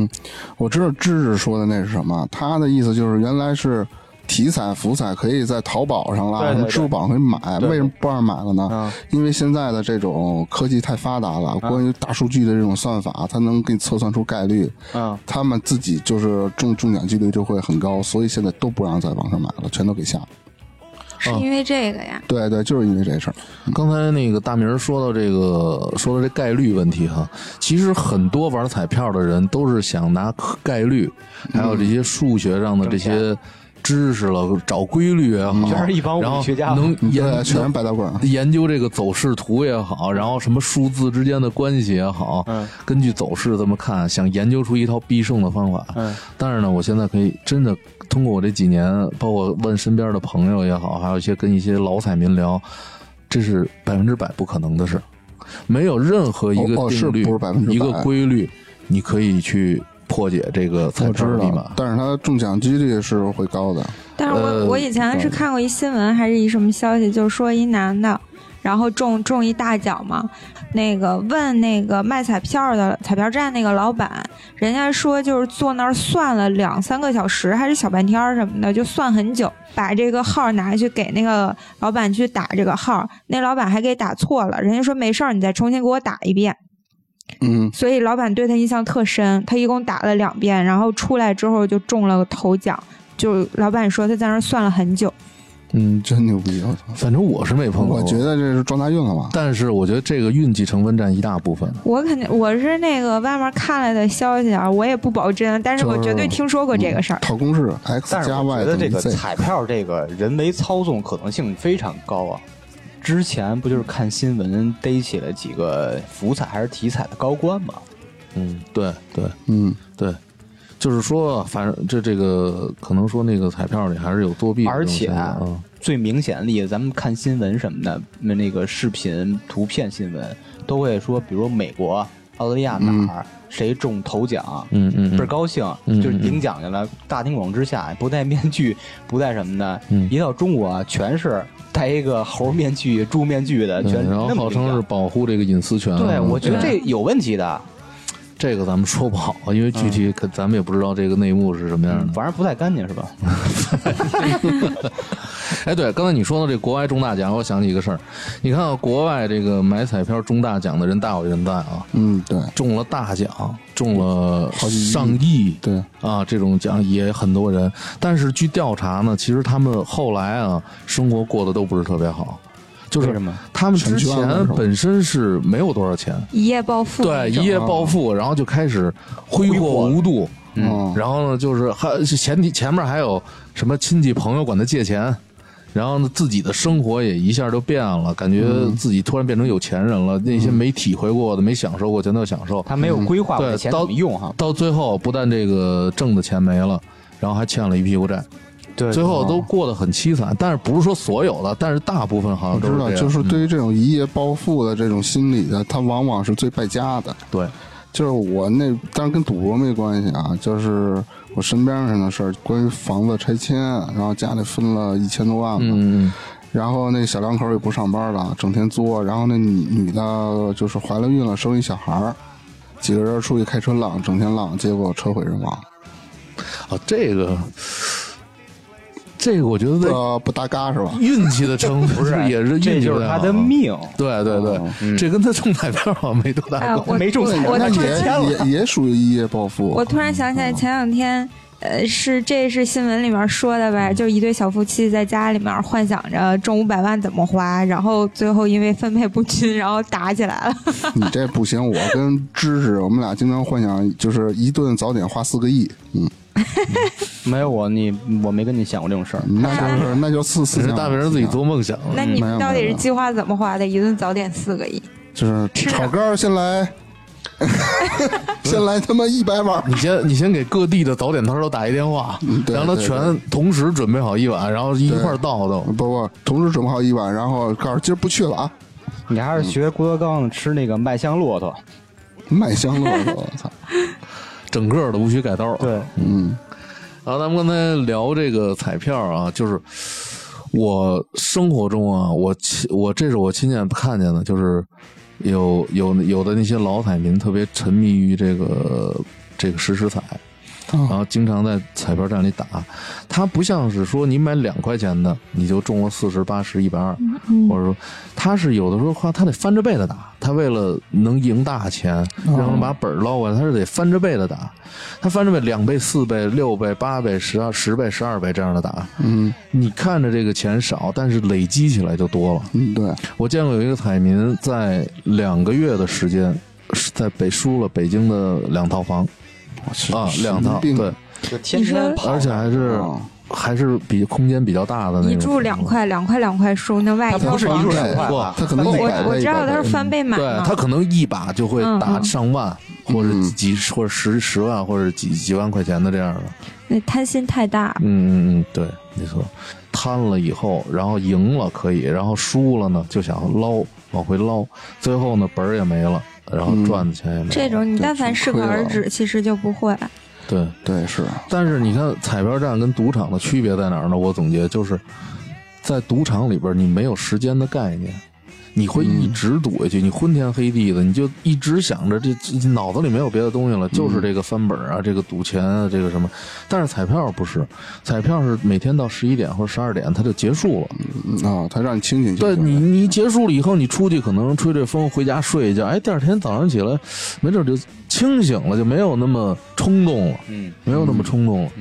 我知道芝芝说的那是什么，他的意思就是原来是体彩、福彩可以在淘宝上啦，
对对
什么
对
支付宝可以买，为什么不让买了呢
嗯
啊？
因为现在的这种科技太发达了，关于大数据的这种算法，它能给你测算出概率，
嗯，
他们自己就是中中奖几率就会很高，所以现在都不让在网上买了，全都给下了。
是因为这个呀？
对对，就是因为这事儿。
刚才那个大明说到这个，说到这概率问题哈，其实很多玩彩票的人都是想拿概率，还有这些数学上的这些知识了，找规律也好，
嗯全是一帮物理
然后
学家
能研
对，全是
能
白大褂儿。
研究这个走势图也
嗯
好，然后什么数字之间的关系也好，
嗯
根据走势这么看，想研究出一套必胜的方法。
嗯，
但是呢，我现在可以真的通过我这几年，包括问身边的朋友也好，还有一些跟一些老彩民聊，这是百分之百不可能的事，没有任何一个
哦哦是
定律，
不是100%
一个规律，你可以去破解这个彩
我
票
知
密
道
码，。
但是它中奖几率是会高的。
但是我、
呃
我以前是看过一新闻，还是一什么消息，就是说一男的，然后中中一大奖嘛，那个问那个卖彩票的彩票站那个老板，人家说就是坐那儿算了两三个小时，还是小半天儿什么的，就算很久，把这个号拿去给那个老板去打这个号，那老板还给打错了，人家说没事儿，你再重新给我打一遍。
嗯，
所以老板对他印象特深。他一共打了两遍，然后出来之后就中了个头奖。就老板说他在那儿算了很久，
嗯，真牛逼！我操，
反正我是没碰到过，
我觉得这是撞大运了吧？
但是我觉得这个运气成分占一大部分。
我肯定我是那个外面看来的消息啊，我也不保真，但是我绝对听说过这个事儿。
嗯套公式 x
但是
加
我
y
觉得
等
这
于
个
z。
彩票这个人为操纵可能性非常高啊。之前不就是看新闻逮起了几个福彩还是体彩的高官嘛？
嗯，对对
嗯，
对，就是说，反正这这个可能说那个彩票里还是有作弊的这
而
种
且
现象啊，
最明显的例子，咱们看新闻什么的，那那个视频、图片新闻都会说，比如美国、澳大利亚哪儿、谁中头奖，
嗯嗯，嗯
倍儿高兴，
嗯
就是领奖去了。大庭广众之下，不戴面具，不戴什么的，
嗯
一到中国啊全是戴一个猴面具、猪面具的，
对
全
嗯然后
那么
号称
领
是
奖。
保护这个隐私权啊。
对，我觉得这
对
有问题的，
这个咱们说不好，啊因为
嗯
具体可咱们也不知道这个内幕是什么样的。
反正不太干净是吧？
哎，对，刚才你说到这国外中大奖，我想起一个事儿，你看、啊、国外这个买彩票中大奖的人大有人在啊，
嗯，对
中了大奖，中了
几亿
上亿，
对，
啊，这种奖也很多人，但是据调查呢，其实他们后来啊，生活过得都不是特别好，就
为
是
什么
他们之
全捐了
前
是吧
本身是没有多少钱，
一夜暴富那
对，
种，
一夜暴富，然后就开始啊挥霍无度，
嗯，
然后呢，就是还前提前面还有什么亲戚朋友管他借钱，然后呢，自己的生活也一下就变了，感觉
嗯
自己突然变成有钱人了，那些没体会过的、没享受过，全都享受。
他没有规划我
嗯对
的钱怎
到
么用哈？
啊到最后，不但这个挣的钱没了，然后还欠了一屁股债，
对哦
最后都过得很凄惨。但是不是说所有的，但是大部分好
我
像都
知道，
这样。嗯
就是对于这种一夜暴富的这种心理的，它往往是最败家的。
对，
就是我那，当然跟赌博没关系啊，就是我身边上的事儿，关于房子拆迁，然后家里分了一千多万嘛，
嗯嗯
然后那小两口也不上班了，整天作。然后那女女的就是怀了孕了，生一小孩儿，几个人出去开车浪，整天浪，结果车毁人亡。
嗯，啊，这个，这个我觉得在
呃，不搭嘎是吧？
运气的成分也是运气
这就是
在
他
好
的命。
啊对对对，这跟他中彩票好像没多
哎
大 关系。
我
没中彩
我
那
他
突然
欠
也
了。
也也属于一夜暴富。
我突然想起来前两天。呃，是这是新闻里面说的
嗯
呗，就是一对小夫妻在家里面幻想着中五百万怎么花，然后最后因为分配不均，然后打起来了。
你这不行，我跟芝芝，我们俩经常幻想，就是一顿早点花四个亿，嗯，
没有我你我没跟你想过这种事儿。
那 就是那就四
这
四
是
千。
大明儿自己做梦想了。
那你
没有
们到底
没
是
有
计划怎么花的？一顿早点四个亿，
就是炒肝儿先 来，先来他妈一百碗儿。
你先，你先给各地的早点摊儿都打一电话，
对
让他
对
全同时准备好一碗，然后一
对
块儿倒倒。
不不，同时准备好一碗，然后告诉今儿不去了啊，
你还是学郭德纲吃那个麦香骆驼。
麦香骆驼，我 操，
整个儿的无需改刀。
对，
嗯，
然后咱们刚才聊这个彩票啊，就是我生活中啊，我亲我这是我亲眼看见的，就是有有有的那些老彩民特别沉迷于这个这个实时彩，然后经常在彩票站里打。它不像是说你买两块钱的你就中了四十、八十、一百二，或者说它是有的时候话他得翻着倍的打，他他为了能赢大钱，让他把本儿捞过来，他是得翻着倍的打，他翻着倍两倍、四倍、六倍、八倍、十二、十倍、十二倍这样的打。
嗯
你看着这个钱少，但是累积起来就多了。
嗯，对，
我见过有一个彩民在两个月的时间，是在北输了北京的两套房
我去
啊，两套
病
对，
就天天跑，
而且还是、
啊
还是比空间比较大的那种。
一注两，块，两块两块输，那外
他
套
不是一
房
注
是
两
吧
块
哇，
他可能
我
一百
我
倍
知道他
100
是
倍
翻倍买
对
嘛，嗯
他可能一把就会打上万，或者
嗯
几或者十十万或者几几万块钱的这样的。
那贪心太大，
嗯嗯嗯，对，没错。贪了以后，然后赢了可以，然后输了呢就想捞，往回捞，最后呢本儿也没了，然后
嗯
赚的钱也没了。
这种你但凡适可而止，其实就不会。
对，
对是，
但是你看彩票站跟赌场的区别在哪儿呢？我总结就是，在赌场里边你没有时间的概念，你会一直赌下去，你昏天黑地的，你就一直想着这 这脑子里没有别的东西了，就是这个翻本啊，这个赌钱啊，这个什么。但是彩票不是，彩票是每天到十一点或者十二点它就结束了。
嗯啊，他让你清醒就
对
行
你，你结束了以后，你出去可能吹吹风，回家睡一觉，哎，第二天早上起来，没准就清醒了，就没有那么冲动了，
嗯
没有那么冲动了。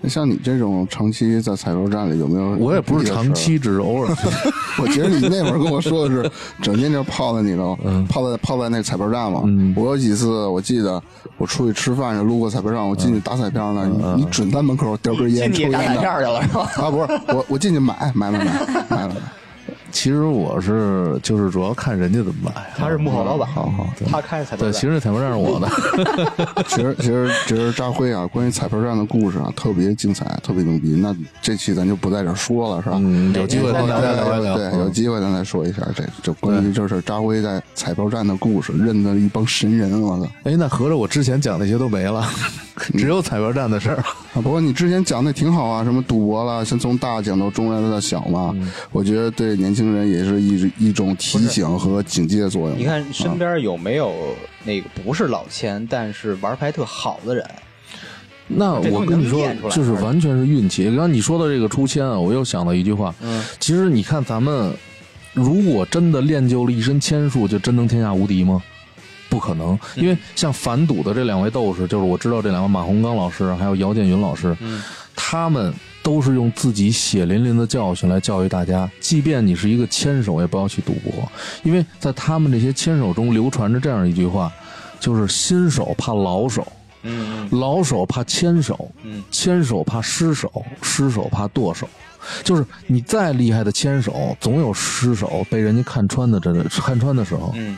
那像你这种长期在采购站里有没有？
我也不是
啊
长期，只是 偶尔。
我觉得你那会儿跟我说的是整天就泡在里头，泡在泡在那采购站嘛。
嗯
我有几次我记得我出去吃饭时路过采购站，我
嗯
进去打彩票呢，你你准在门口叼根烟抽烟的
去了是吧？
啊？不是，我我进去买买买买买买，
其实我是就是主要看人家怎么买啊。
他是幕后老板，
好好。
他开彩票
对，其实彩票站是 我的。
其实其实其实扎辉啊，关于彩票站的故事啊，特别精彩，特别牛逼。那这期咱就不在这儿说了，是吧？
嗯，有机会咱聊聊聊一嗯聊。
对，有机会咱再说一下这这关于就是扎辉在彩票站的故事，认得一帮神人，我操！
哎，那合着我之前讲那些都没 了，只有彩票站的事儿。
啊，不过你之前讲的挺好啊，什么赌博啦，先从大讲到中，再到小嘛，
嗯
我觉得对年轻人也是一一种提醒和警戒作用。
你，看身边有没有那个不是老千，但是玩牌特好的人？
那
这
我
东西
跟你
能
说
练出，来
就是完全是运气。刚刚你说到这个出千啊，我又想到一句话。
嗯，
其实你看，咱们如果真的练就了一身千术，就真能天下无敌吗？不可能，
嗯
因为像反赌的这两位斗士，就是我知道这两位马洪刚老师还有姚建云老师，
嗯
他们都是用自己血淋淋的教训来教育大家，即便你是一个千手，也不要去赌博，因为在他们这些千手中流传着这样一句话，就是新手怕老手，
嗯
老手怕牵手，
嗯
牵手怕失手，失手怕剁手。就是你再厉害的牵手，总有失手被人家看穿的，这看穿的时候。
嗯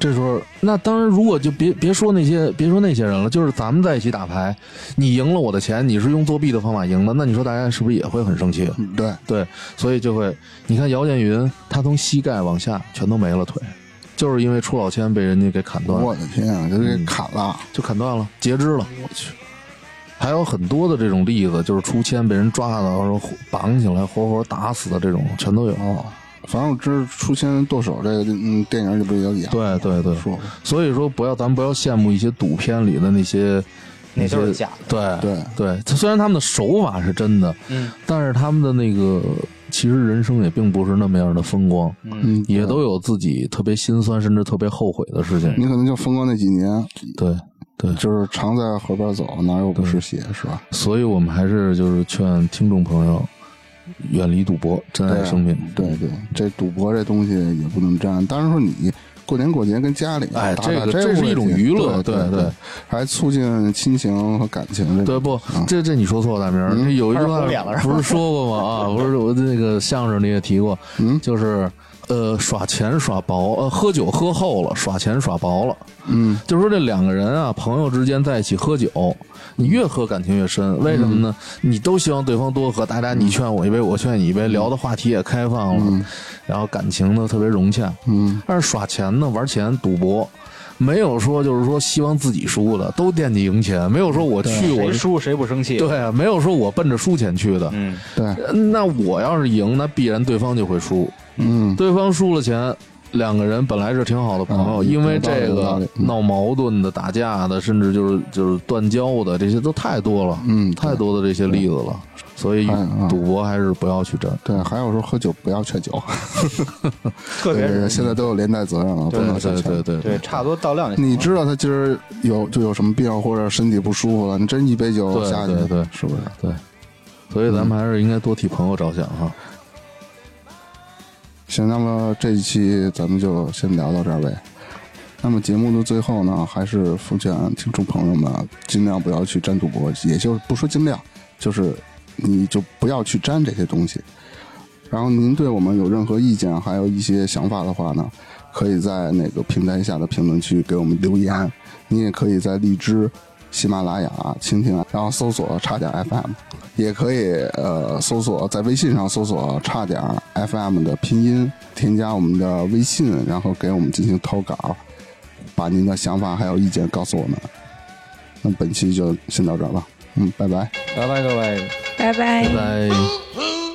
这时候，那当然，如果就别别说那些别说那些人了，就是咱们在一起打牌，你赢了我的钱，你是用作弊的方法赢的，那你说大家是不是也会很生气？
嗯对，
对，所以就会，你看姚建云，他从膝盖往下全都没了腿，就是因为出老千被人家给砍断了。
我的天啊，就给砍了，
就砍断了，截肢了。我去，还有很多的这种例子，就是出千被人抓到，然后绑起来活活打死的这种，全都有。
哦，反正我知道出千剁手这个，嗯，电影里不是有演
对对对，
说过，
所以说不要，咱们不要羡慕一些赌片里的那些，
那
些
都是假
的。对
对，
对，虽然他们的手法是真的，
嗯
但是他们的那个其实人生也并不是那么样的风光，
嗯，
嗯，
也都有自己特别心酸甚至特别后悔的事情。
你可能就风光那几年，
对对，
就是常在河边走，哪有不湿鞋是吧？
所以我们还是就是劝听众朋友远离赌博，珍爱生命。
对对，这赌博这东西也不能沾。当然说你过年过节跟家里
哎
打
这
打
个
这
这是一种娱乐
对
对对
对，还促进亲情和感情。
对不？
嗯
这这你说错了，大明儿，这有一句话不是说过 吗？啊，不是我那个相声里也提过，
嗯
就是呃耍钱耍薄，呃喝酒喝厚了，耍钱耍薄了。
嗯，
就是说这两个人啊，朋友之间在一起喝酒，你越喝感情越深，为什么呢？
嗯
你都希望对方多喝，大家你劝我一杯，我劝你一杯，聊的话题也开放了，然后感情呢特别融洽。
嗯，
但是耍钱呢，玩钱赌博。没有说就是说希望自己输的，都惦记赢钱，没有说我去我
谁
是
输谁不生气？
对，啊，没有说我奔着输钱去的。
嗯，
对，
呃那我要是赢，那必然对方就会输。
嗯，
对方输了钱，两个人本来是挺好的朋友，
嗯
因为
有道理
这
有道
个
理嗯
闹矛盾的、打架的，甚至就是就是断交的，这些都太多了，
嗯
太多的这些例子了。所以
嗯
赌博还是不要去沾。
对，还有说喝酒不要劝酒，
特别是
现在都有连带责任了，不
对
能劝
对
酒。
对对
对，差不多到量就行了。
你知道他今儿有就有什么病或者身体不舒服了，你真一杯酒
对
下去，
对对
是不是？
对，所以咱们还是应该多替朋友着想哈。
行，那么这一期咱们就先聊到这儿呗。那么节目的最后呢，还是奉劝听众朋友们啊，尽量不要去沾赌博，也就不说尽量，就是你就不要去沾这些东西。然后您对我们有任何意见，还有一些想法的话呢，可以在那个平台下的评论区给我们留言。你也可以在荔枝、喜马拉雅、蜻蜓，然后搜索“差点 FM”，也可以呃搜索在微信上搜索“差点 FM” 的拼音，添加我们的微信，然后给我们进行投稿，把您的想法还有意见告诉我们。那本期就先到这儿吧，嗯，拜拜。
啊拜拜各位。
拜拜
拜拜。
Ooh, ooh.